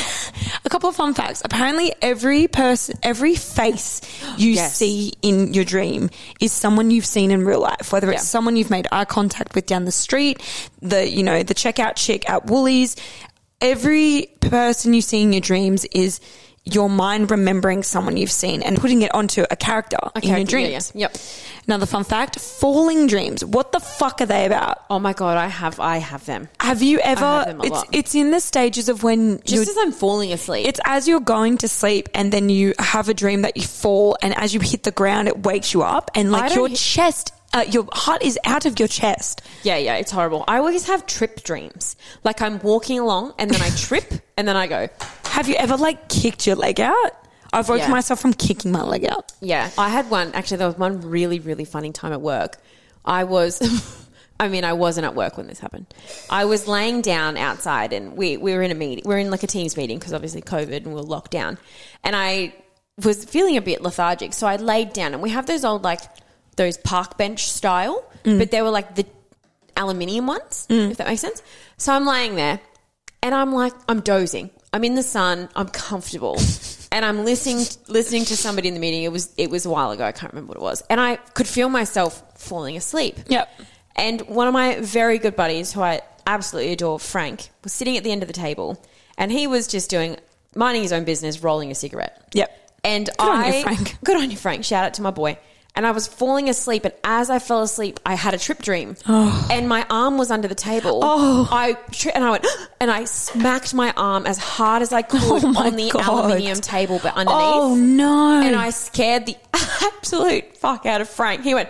S3: a couple of fun facts. Apparently, every person, every face you
S4: Yes.
S3: see in your dream is someone you've seen in real life. Whether it's
S4: Yeah.
S3: someone you've made eye contact with down the street, the you know the checkout chick at Woolies, every person you see in your dreams is your mind remembering someone you've seen and putting it onto a character in your
S4: character, yeah,
S3: dreams.
S4: yeah. Yep.
S3: Another fun fact: falling dreams. What the fuck are they about?
S4: Oh my god, I have I have them.
S3: Have you ever?
S4: have them a
S3: it's
S4: lot.
S3: it's in the stages of when
S4: Just
S3: you're
S4: as I'm falling asleep.
S3: it's as you're going to sleep and then you have a dream that you fall and as you hit the ground it wakes you up and
S4: I
S3: like
S4: don't
S3: your
S4: he-
S3: chest uh, your heart is out of your chest
S4: yeah, yeah, it's horrible. I always have trip dreams. Like I'm walking along and then I trip and then I go.
S3: have you ever like kicked your leg out i've woken
S4: Yeah.
S3: myself from kicking my leg out
S4: Yeah. I had one actually there was one really, really funny time at work. I was I mean, I wasn't at work when this happened. I was laying down outside and we, we were in a meeting. We are in like a team's meeting because obviously COVID and we were locked down. And I was feeling a bit lethargic. So I Mm. laid down and we have those old like those park bench style, but they were like the aluminium ones, if that makes sense. So I'm laying there and I'm like, I'm dozing. I'm in the sun. I'm comfortable. And I'm listening listening to somebody in the meeting. It was it was a while ago. I can't remember what it was. And I could feel myself falling asleep.
S3: Yep.
S4: And one of my very good buddies, who I absolutely adore, Frank, was sitting at the end of the table, and he was just doing minding his own business, rolling a cigarette.
S3: Yep.
S4: And
S3: on
S4: I
S3: you, Frank.
S4: good on you, Frank. Shout out to my boy. And I was falling asleep, and as I fell asleep, I had a trip dream, and my arm was under the table.
S3: Oh.
S4: I tri- and I went, and I smacked my arm as hard as I could
S3: Oh, my
S4: on the
S3: God.
S4: aluminium table, but underneath.
S3: Oh no!
S4: And I scared the absolute fuck out of Frank. He went,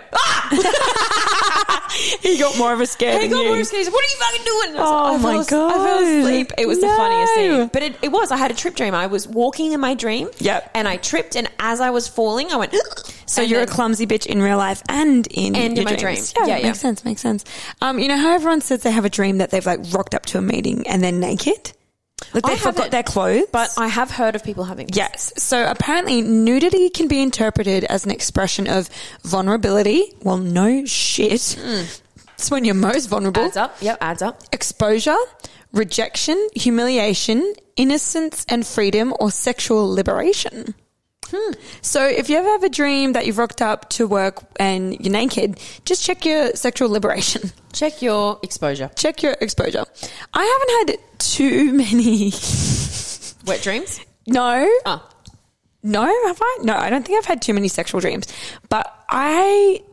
S4: ah!
S3: he got more of a scare.
S4: He
S3: than
S4: got
S3: you.
S4: more scared. He said, What are you fucking doing? And I was
S3: Oh,
S4: like, I
S3: my
S4: fell as- I fell
S3: God.
S4: asleep. It was the
S3: No.
S4: funniest thing. But it, it was. I had a trip dream. I was walking in my dream.
S3: Yep.
S4: And I tripped. And as I was falling, I went,
S3: So
S4: and
S3: you're
S4: then-
S3: a clumsy bitch in real life and in
S4: And in
S3: your
S4: my
S3: dreams.
S4: dream.
S3: Yeah,
S4: Yeah, yeah.
S3: makes sense. Makes sense. Um, you know how everyone says they have a dream that they've like rocked up to a meeting and they're naked, like
S4: I
S3: they forgot
S4: haven't,
S3: their clothes.
S4: But I have heard of people having this.
S3: yes, so apparently nudity can be interpreted as an expression of vulnerability. Well, no shit.
S4: Hmm.
S3: It's when you're most vulnerable.
S4: Adds up. Yep, adds up.
S3: Exposure, rejection, humiliation, innocence and freedom, or sexual liberation. Hmm. So if you ever have a dream that you've rocked up to work and you're naked, just check your sexual liberation.
S4: Check your exposure.
S3: Check your exposure. I haven't had too many.
S4: Wet dreams?
S3: No,
S4: Ah.
S3: no, have I? No, I don't think I've had too many sexual dreams, but I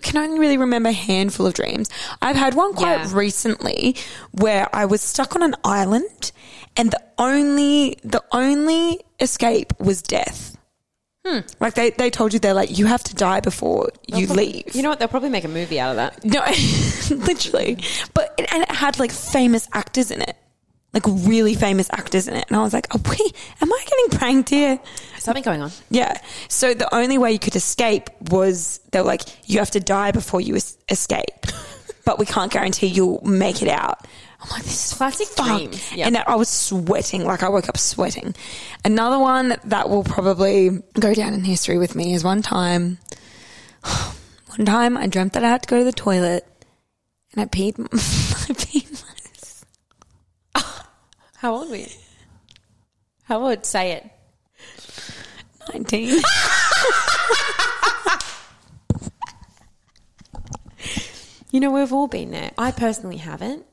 S3: can only really remember a handful of dreams. I've had one quite
S4: Yeah.
S3: recently where I was stuck on an island and the only the only escape was death. Like they, they told you they're like you have to die before you leave.
S4: You know what? They'll probably make a movie out of that.
S3: No, literally. But it, and it had like famous actors in it, like really famous actors in it. And I was like, oh, wait, am I getting pranked here?
S4: Something going on.
S3: Yeah. So the only way you could escape was they were like, you have to die before you es- escape, but we can't guarantee you'll make it out. I'm like, this is
S4: Classic
S3: fuck.
S4: dreams. Yeah.
S3: And that I was sweating, like I woke up sweating. Another one that will probably go down in history with me is one time, one time I dreamt that I had to go to the toilet and I peed, m- I peed my
S4: How old were you? How old? Say it.
S3: 19.
S4: You know, we've all been there. I personally haven't.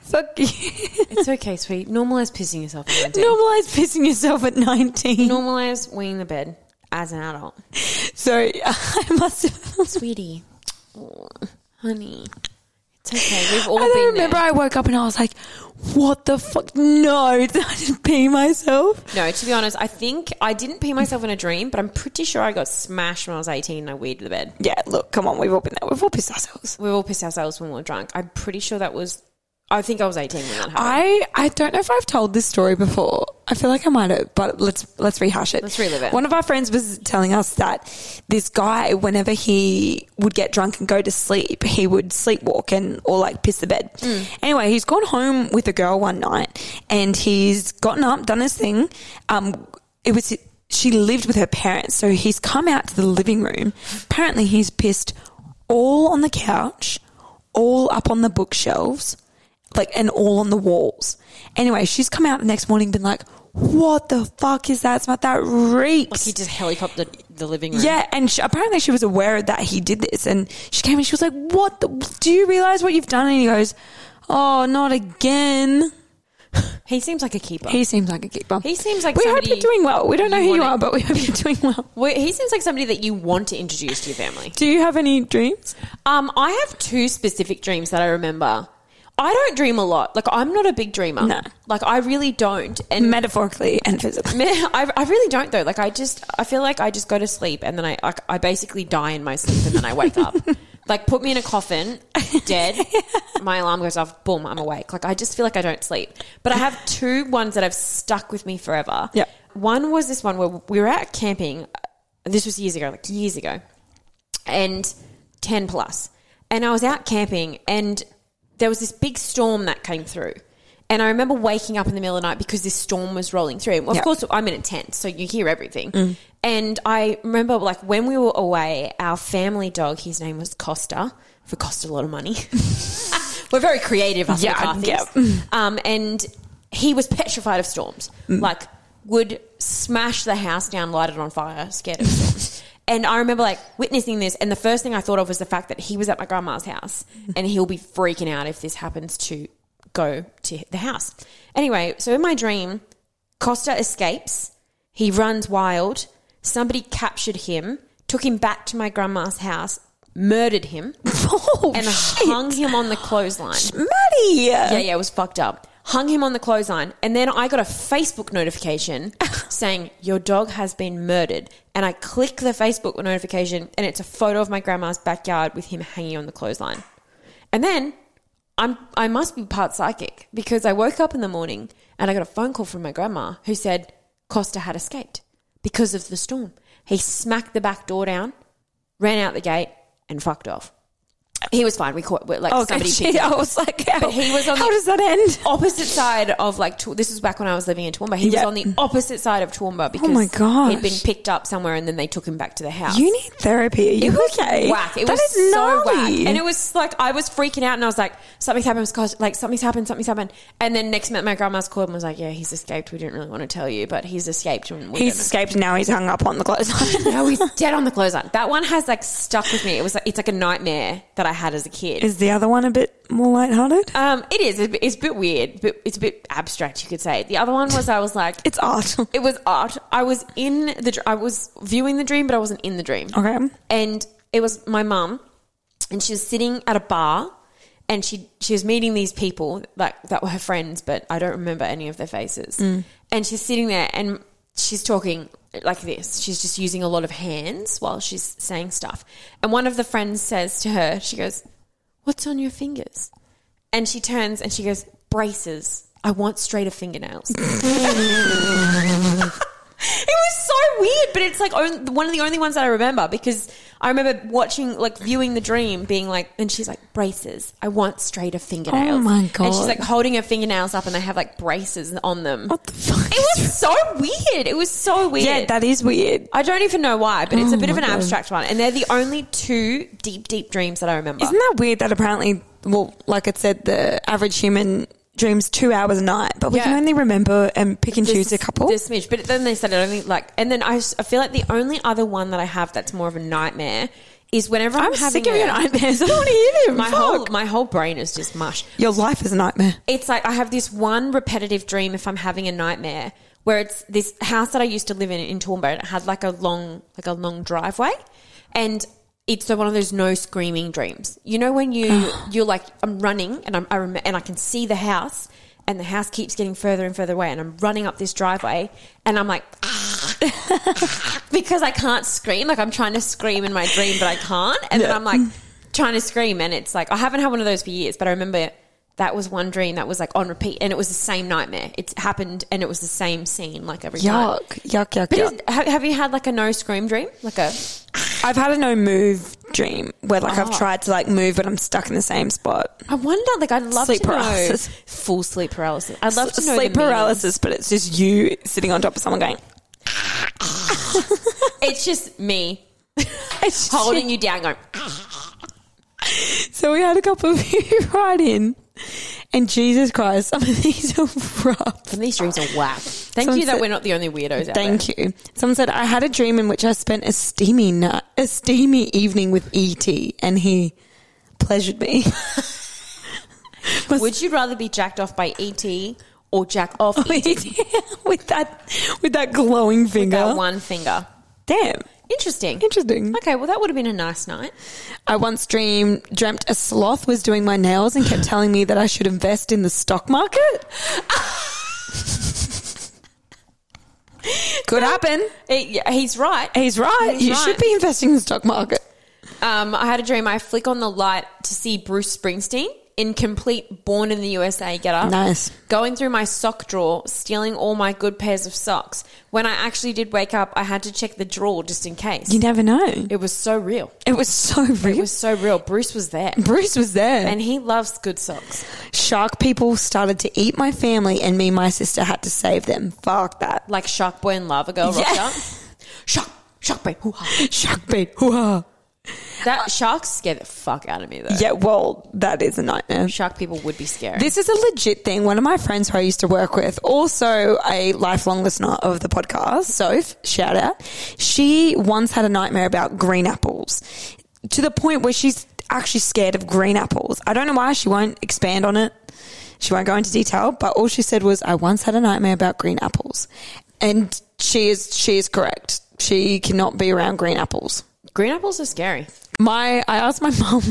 S3: Fuck you.
S4: It's okay, sweet. Normalize pissing yourself. at 19.
S3: Normalize pissing yourself at 19.
S4: Normalize winging the bed as an adult.
S3: So I must have.
S4: Sweetie. Oh, honey. It's okay. We've all
S3: I
S4: been
S3: don't remember.
S4: there.
S3: I woke up and I was like, "What the fuck? No, I didn't pee myself."
S4: No, to be honest, I think I didn't pee myself in a dream, but I'm pretty sure I got smashed when I was 18 and I weed the bed.
S3: Yeah, look, come on, we've all been there. We've all pissed ourselves.
S4: We all pissed ourselves when we were drunk. I'm pretty sure that was. I think I was 18 when that happened.
S3: I I don't know if I've told this story before. I feel like I might have, but let's let's rehash it.
S4: Let's relive it.
S3: One of our friends was telling us that this guy, whenever he would get drunk and go to sleep, he would sleepwalk and or like piss the bed.
S4: Hmm.
S3: Anyway, he's gone home with a girl one night, and he's gotten up, done his thing. Um, it was she lived with her parents, so he's come out to the living room. Apparently, he's pissed all on the couch, all up on the bookshelves like and all on the walls. Anyway, she's come out the next morning, been like, "What the fuck is that smell? That
S4: Like
S3: reeks."
S4: he just helicoptered the living room.
S3: yeah, and she, apparently she was aware that he did this, and she came and she was like, "What? The, do you realize what you've done?" And he goes, "Oh, not again."
S4: He seems like a keeper.
S3: He seems like a keeper.
S4: He seems like
S3: we hope
S4: somebody
S3: you're doing well. We don't know
S4: you
S3: who you
S4: wanna-
S3: are, but we hope you're doing well.
S4: Well, he seems like somebody that you want to introduce to your family.
S3: Do you have any dreams?
S4: Um, I have two specific dreams that I remember. I don't dream a lot. Like I'm not a big dreamer.
S3: No.
S4: Like I really don't. And
S3: Metaphorically and physically.
S4: I, I really don't though. Like I just I feel like I just go to sleep and then I I, I basically die in my sleep and then I wake up. like put me in a coffin, dead. My alarm goes off. Boom, I'm awake. Like I just feel like I don't sleep. But I have two ones that have stuck with me forever.
S3: Yeah.
S4: One was this one where we were out camping. This was years ago, like years ago, and ten plus. And I was out camping and there was this big storm that came through. And I remember waking up in the middle of the night because this storm was rolling through. Well, of
S3: Yeah.
S4: course, I'm in a tent, so you hear everything. And I remember, like, when we were away, our family dog, his name was Costa, for cost a lot of money. We're very creative, us
S3: Yeah, Mm.
S4: McCarthys. Um, and he was petrified of storms. Like, would smash the house down, light it on fire, scared of storms. And I remember like witnessing this, and the first thing I thought of was the fact that he was at my grandma's house,
S3: Mm.
S4: and he'll be freaking out if this happens to go to the house. Anyway, so in my dream, Costa escapes. He runs wild. Somebody captured him, took him back to my grandma's house, murdered him,
S3: Oh,
S4: and
S3: shit.
S4: hung him on the clothesline.
S3: Maddie.
S4: Yeah, yeah, it was fucked up. Hung him on the clothesline, and then I got a Facebook notification saying your dog has been murdered. And I click the Facebook notification, and it's a photo of my grandma's backyard with him hanging on the clothesline. And then I'm I must be part psychic because I woke up in the morning and I got a phone call from my grandma who said Costa had escaped because of the storm. He smacked the back door down, ran out the gate, and fucked off. He was fine. We caught we- like
S3: Oh,
S4: somebody.
S3: gee,
S4: picked him up
S3: I was like, how,
S4: But he was on
S3: how
S4: the-
S3: does that end?
S4: opposite side of like Toowoomba- this was back when I was living in Toowoomba. He
S3: Yeah. Oh
S4: was on the opposite side of Toowoomba because
S3: my gosh.
S4: he'd been picked up somewhere and then they took him back to the house.
S3: You need therapy. Are you
S4: it was
S3: okay?
S4: whack. It
S3: That
S4: was
S3: is
S4: so whack,
S3: gnarly.
S4: and it was like I was freaking out, and I was like, "Something's happened, Scott. Like something's happened, something's happened." And then next minute, my grandma's called and was like, "Yeah, he's escaped. We didn't really want to tell you, but he's escaped." And we
S3: He's
S4: don't know."
S3: escaped now. He's hung up on the clothesline.
S4: No, he's dead on the clothesline. That one has like stuck with me. It was like it's like a nightmare that I had as a kid.
S3: Is the other one a bit more lighthearted?
S4: um, it is. It's a bit- It's a bit weird, but it's a bit abstract, you could say. The other one was I was like,
S3: It's art.
S4: It was art. I was in the. dr- I was viewing the dream, but I wasn't in the dream.
S3: Okay.
S4: And it was my mum, and she was sitting at a bar, and she she was meeting these people like that were her friends, but I don't remember any of their faces. And she's sitting there, and she's talking like this. She's just using a lot of hands while she's saying stuff. And one of the friends says to her, she goes, "What's on your fingers?" And she turns and she goes, "Braces." I want straighter fingernails. It was so weird, but it's like on- one of the only ones that I remember because I remember watching, like, viewing the dream, being like, and she's like, braces. I want straighter fingernails.
S3: Oh my
S4: And
S3: God.
S4: she's like holding her fingernails up, and they have like braces on them.
S3: What the fuck?
S4: It was so weird. It was so weird.
S3: yeah, that is weird.
S4: I don't even know why, but it's a bit of
S3: my
S4: an
S3: God.
S4: abstract one, and they're the only two deep, deep dreams that I remember.
S3: Isn't that weird that apparently, well, like it said, the average human dreams two hours a night, but we
S4: Yeah.
S3: can only remember and pick and choose a couple?
S4: This smidge, but then they said it only like, and then I, s- I feel like the only other one that I have that's more of a nightmare is whenever I'm,
S3: I'm
S4: having
S3: sick of your
S4: a-
S3: nightmares. I don't want to hear them.
S4: My
S3: Fuck.
S4: whole my whole brain is just mush.
S3: Your life is a nightmare.
S4: It's like I have this one repetitive dream if I'm having a nightmare where it's this house that I used to live in in Toowoomba and it had like a long like a long driveway and it's the one of those no screaming dreams. You know when you you're like I'm running and I'm I rem- and I can see the house and the house keeps getting further and further away and I'm running up this driveway and I'm like because I can't scream. Like I'm trying to scream in my dream, but I can't. And then I'm like trying to scream, and it's like I haven't had one of those for years. But I remember that was one dream that was like on repeat, and it was the same nightmare. It's happened, and it was the same scene like every time.
S3: Yuck, yuck, yuck,
S4: But
S3: yuck.
S4: is- ha- have you had like a no scream dream? Like a
S3: I've had a no move dream where like I've
S4: Oh.
S3: tried to like move, but I'm stuck in the same spot.
S4: I wonder. Like I'd love
S3: Sleep
S4: to know-
S3: paralysis.
S4: full sleep paralysis. I'd love to know
S3: sleep
S4: the meaning.
S3: paralysis, but it's just you sitting on top of someone going.
S4: It's just me
S3: It's
S4: holding you down, going.
S3: So we had a couple of you right in, and Jesus Christ, some of these are rough.
S4: Some of these dreams are whack. Thank
S3: Someone
S4: you that
S3: said-
S4: we're not the only weirdos. Out there.
S3: Thank you. Someone said I had a dream in which I spent a steamy night, a steamy evening with ET, and he pleasured me.
S4: Would you rather be jacked off by ET or jack off
S3: Oh,
S4: E
S3: with that, with that glowing finger.
S4: that one finger?
S3: Damn,
S4: Interesting.
S3: interesting.
S4: Okay, well, that would have been a nice night.
S3: I once dreamed dreamt a sloth was doing my nails and kept telling me that I should invest in the stock market. Could happen.
S4: It- Eh, yeah, he's right.
S3: He's right.
S4: He's
S3: you
S4: right.
S3: should be investing in the stock market.
S4: Um, I had a dream. I flick on the light to see Bruce Springsteen in complete Born in the USA get up.
S3: Nice.
S4: Going through my sock drawer, stealing all my good pairs of socks. When I actually did wake up, I had to check the drawer just in case.
S3: You never know.
S4: it was so real.
S3: It was so real.
S4: It was so real. Bruce was there.
S3: Bruce was there.
S4: And he loves good socks.
S3: shark people started to eat my family, and me and my sister had to save them. Fuck that.
S4: Like Shark Boy and Lava Girl rocked
S3: Yeah.
S4: up. Shark, Shark Boy. hoo-ha.
S3: Shark bait. Hoo-ha.
S4: That sharks scare the fuck out of me though.
S3: Uh, Yeah, well, that is a nightmare.
S4: Shark people would be scary.
S3: This is a legit thing. One of my friends who I used to work with, also a lifelong listener of the podcast, Soph, shout out. She once had a nightmare about green apples to the point where she's actually scared of green apples. I don't know why. She won't expand on it. She won't go into detail, but all she said was, I once had a nightmare about green apples. And she is, she is correct. She cannot be around green apples
S4: Green apples are scary.
S3: my I asked my mom.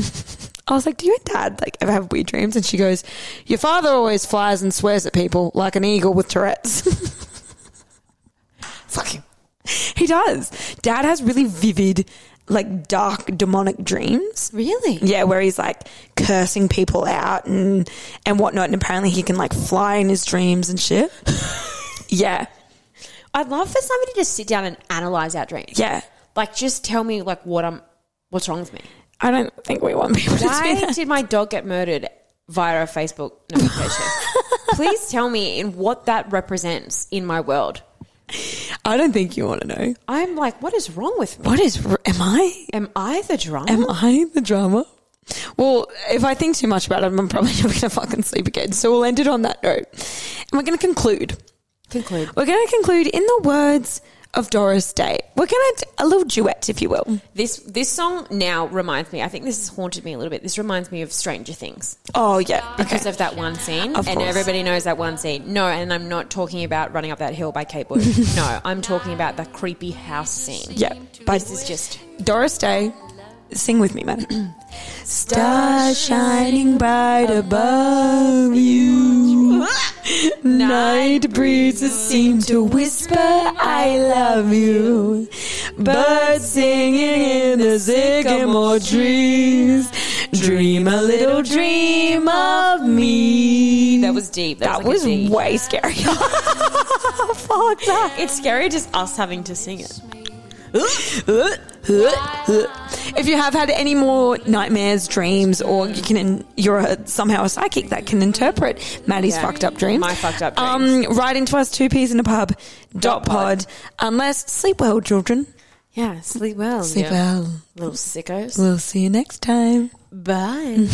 S3: I was like, "Do you and dad like ever have weird dreams?" And she goes, "Your father always flies and swears at people like an eagle with Tourette's." Fuck him. He does. Dad has really vivid, like dark demonic dreams.
S4: Really?
S3: Yeah, where he's like cursing people out and and whatnot, and apparently he can like fly in his dreams and shit. yeah,
S4: I'd love for somebody to sit down and analyze our dreams.
S3: yeah.
S4: Like just tell me like what I'm what's wrong with me.
S3: I don't think we want people to do
S4: Why
S3: that.
S4: did my dog get murdered via a Facebook notification? Please tell me in what that represents in my world.
S3: I don't think you want to know.
S4: I'm like, what is wrong with me?
S3: What is? r- Am I
S4: Am I the drama?
S3: Am I the drama? Well, if I think too much about it, I'm probably never going to fucking sleep again. So we'll end it on that note. And we're going to conclude.
S4: Conclude.
S3: We're going to conclude in the words of Doris Day. We're going to a little duet, if you will.
S4: This this song now reminds me. I think this has haunted me a little bit. This reminds me of Stranger Things
S3: Oh, yeah.
S4: because
S3: Okay.
S4: of that one scene,
S3: Of
S4: and
S3: course.
S4: everybody knows that one scene. No, and I'm not talking about running up that hill by Kate Bush. no, I'm talking about the creepy house scene.
S3: Yeah. But
S4: This is just
S3: Doris Day, sing with me, man. Star shining bright above you. Night breezes seem to whisper, I love you. Birds singing in the sycamore trees. Dream a little dream of me.
S4: that was deep. That,
S3: that was
S4: was, like a deep.
S3: way scary. Fuck that.
S4: It's scary just us having to sing it.
S3: If you have had any more nightmares, dreams, or you can you're a, somehow a psychic that can interpret Maddie's
S4: Yeah.
S3: fucked up dreams,
S4: My fucked up
S3: um, write into us two peas in a pub dot pod. Unless sleep well, children,
S4: Yeah, sleep well.
S3: sleep
S4: yeah.
S3: well.
S4: Little sickos.
S3: We'll see you next time.
S4: Bye.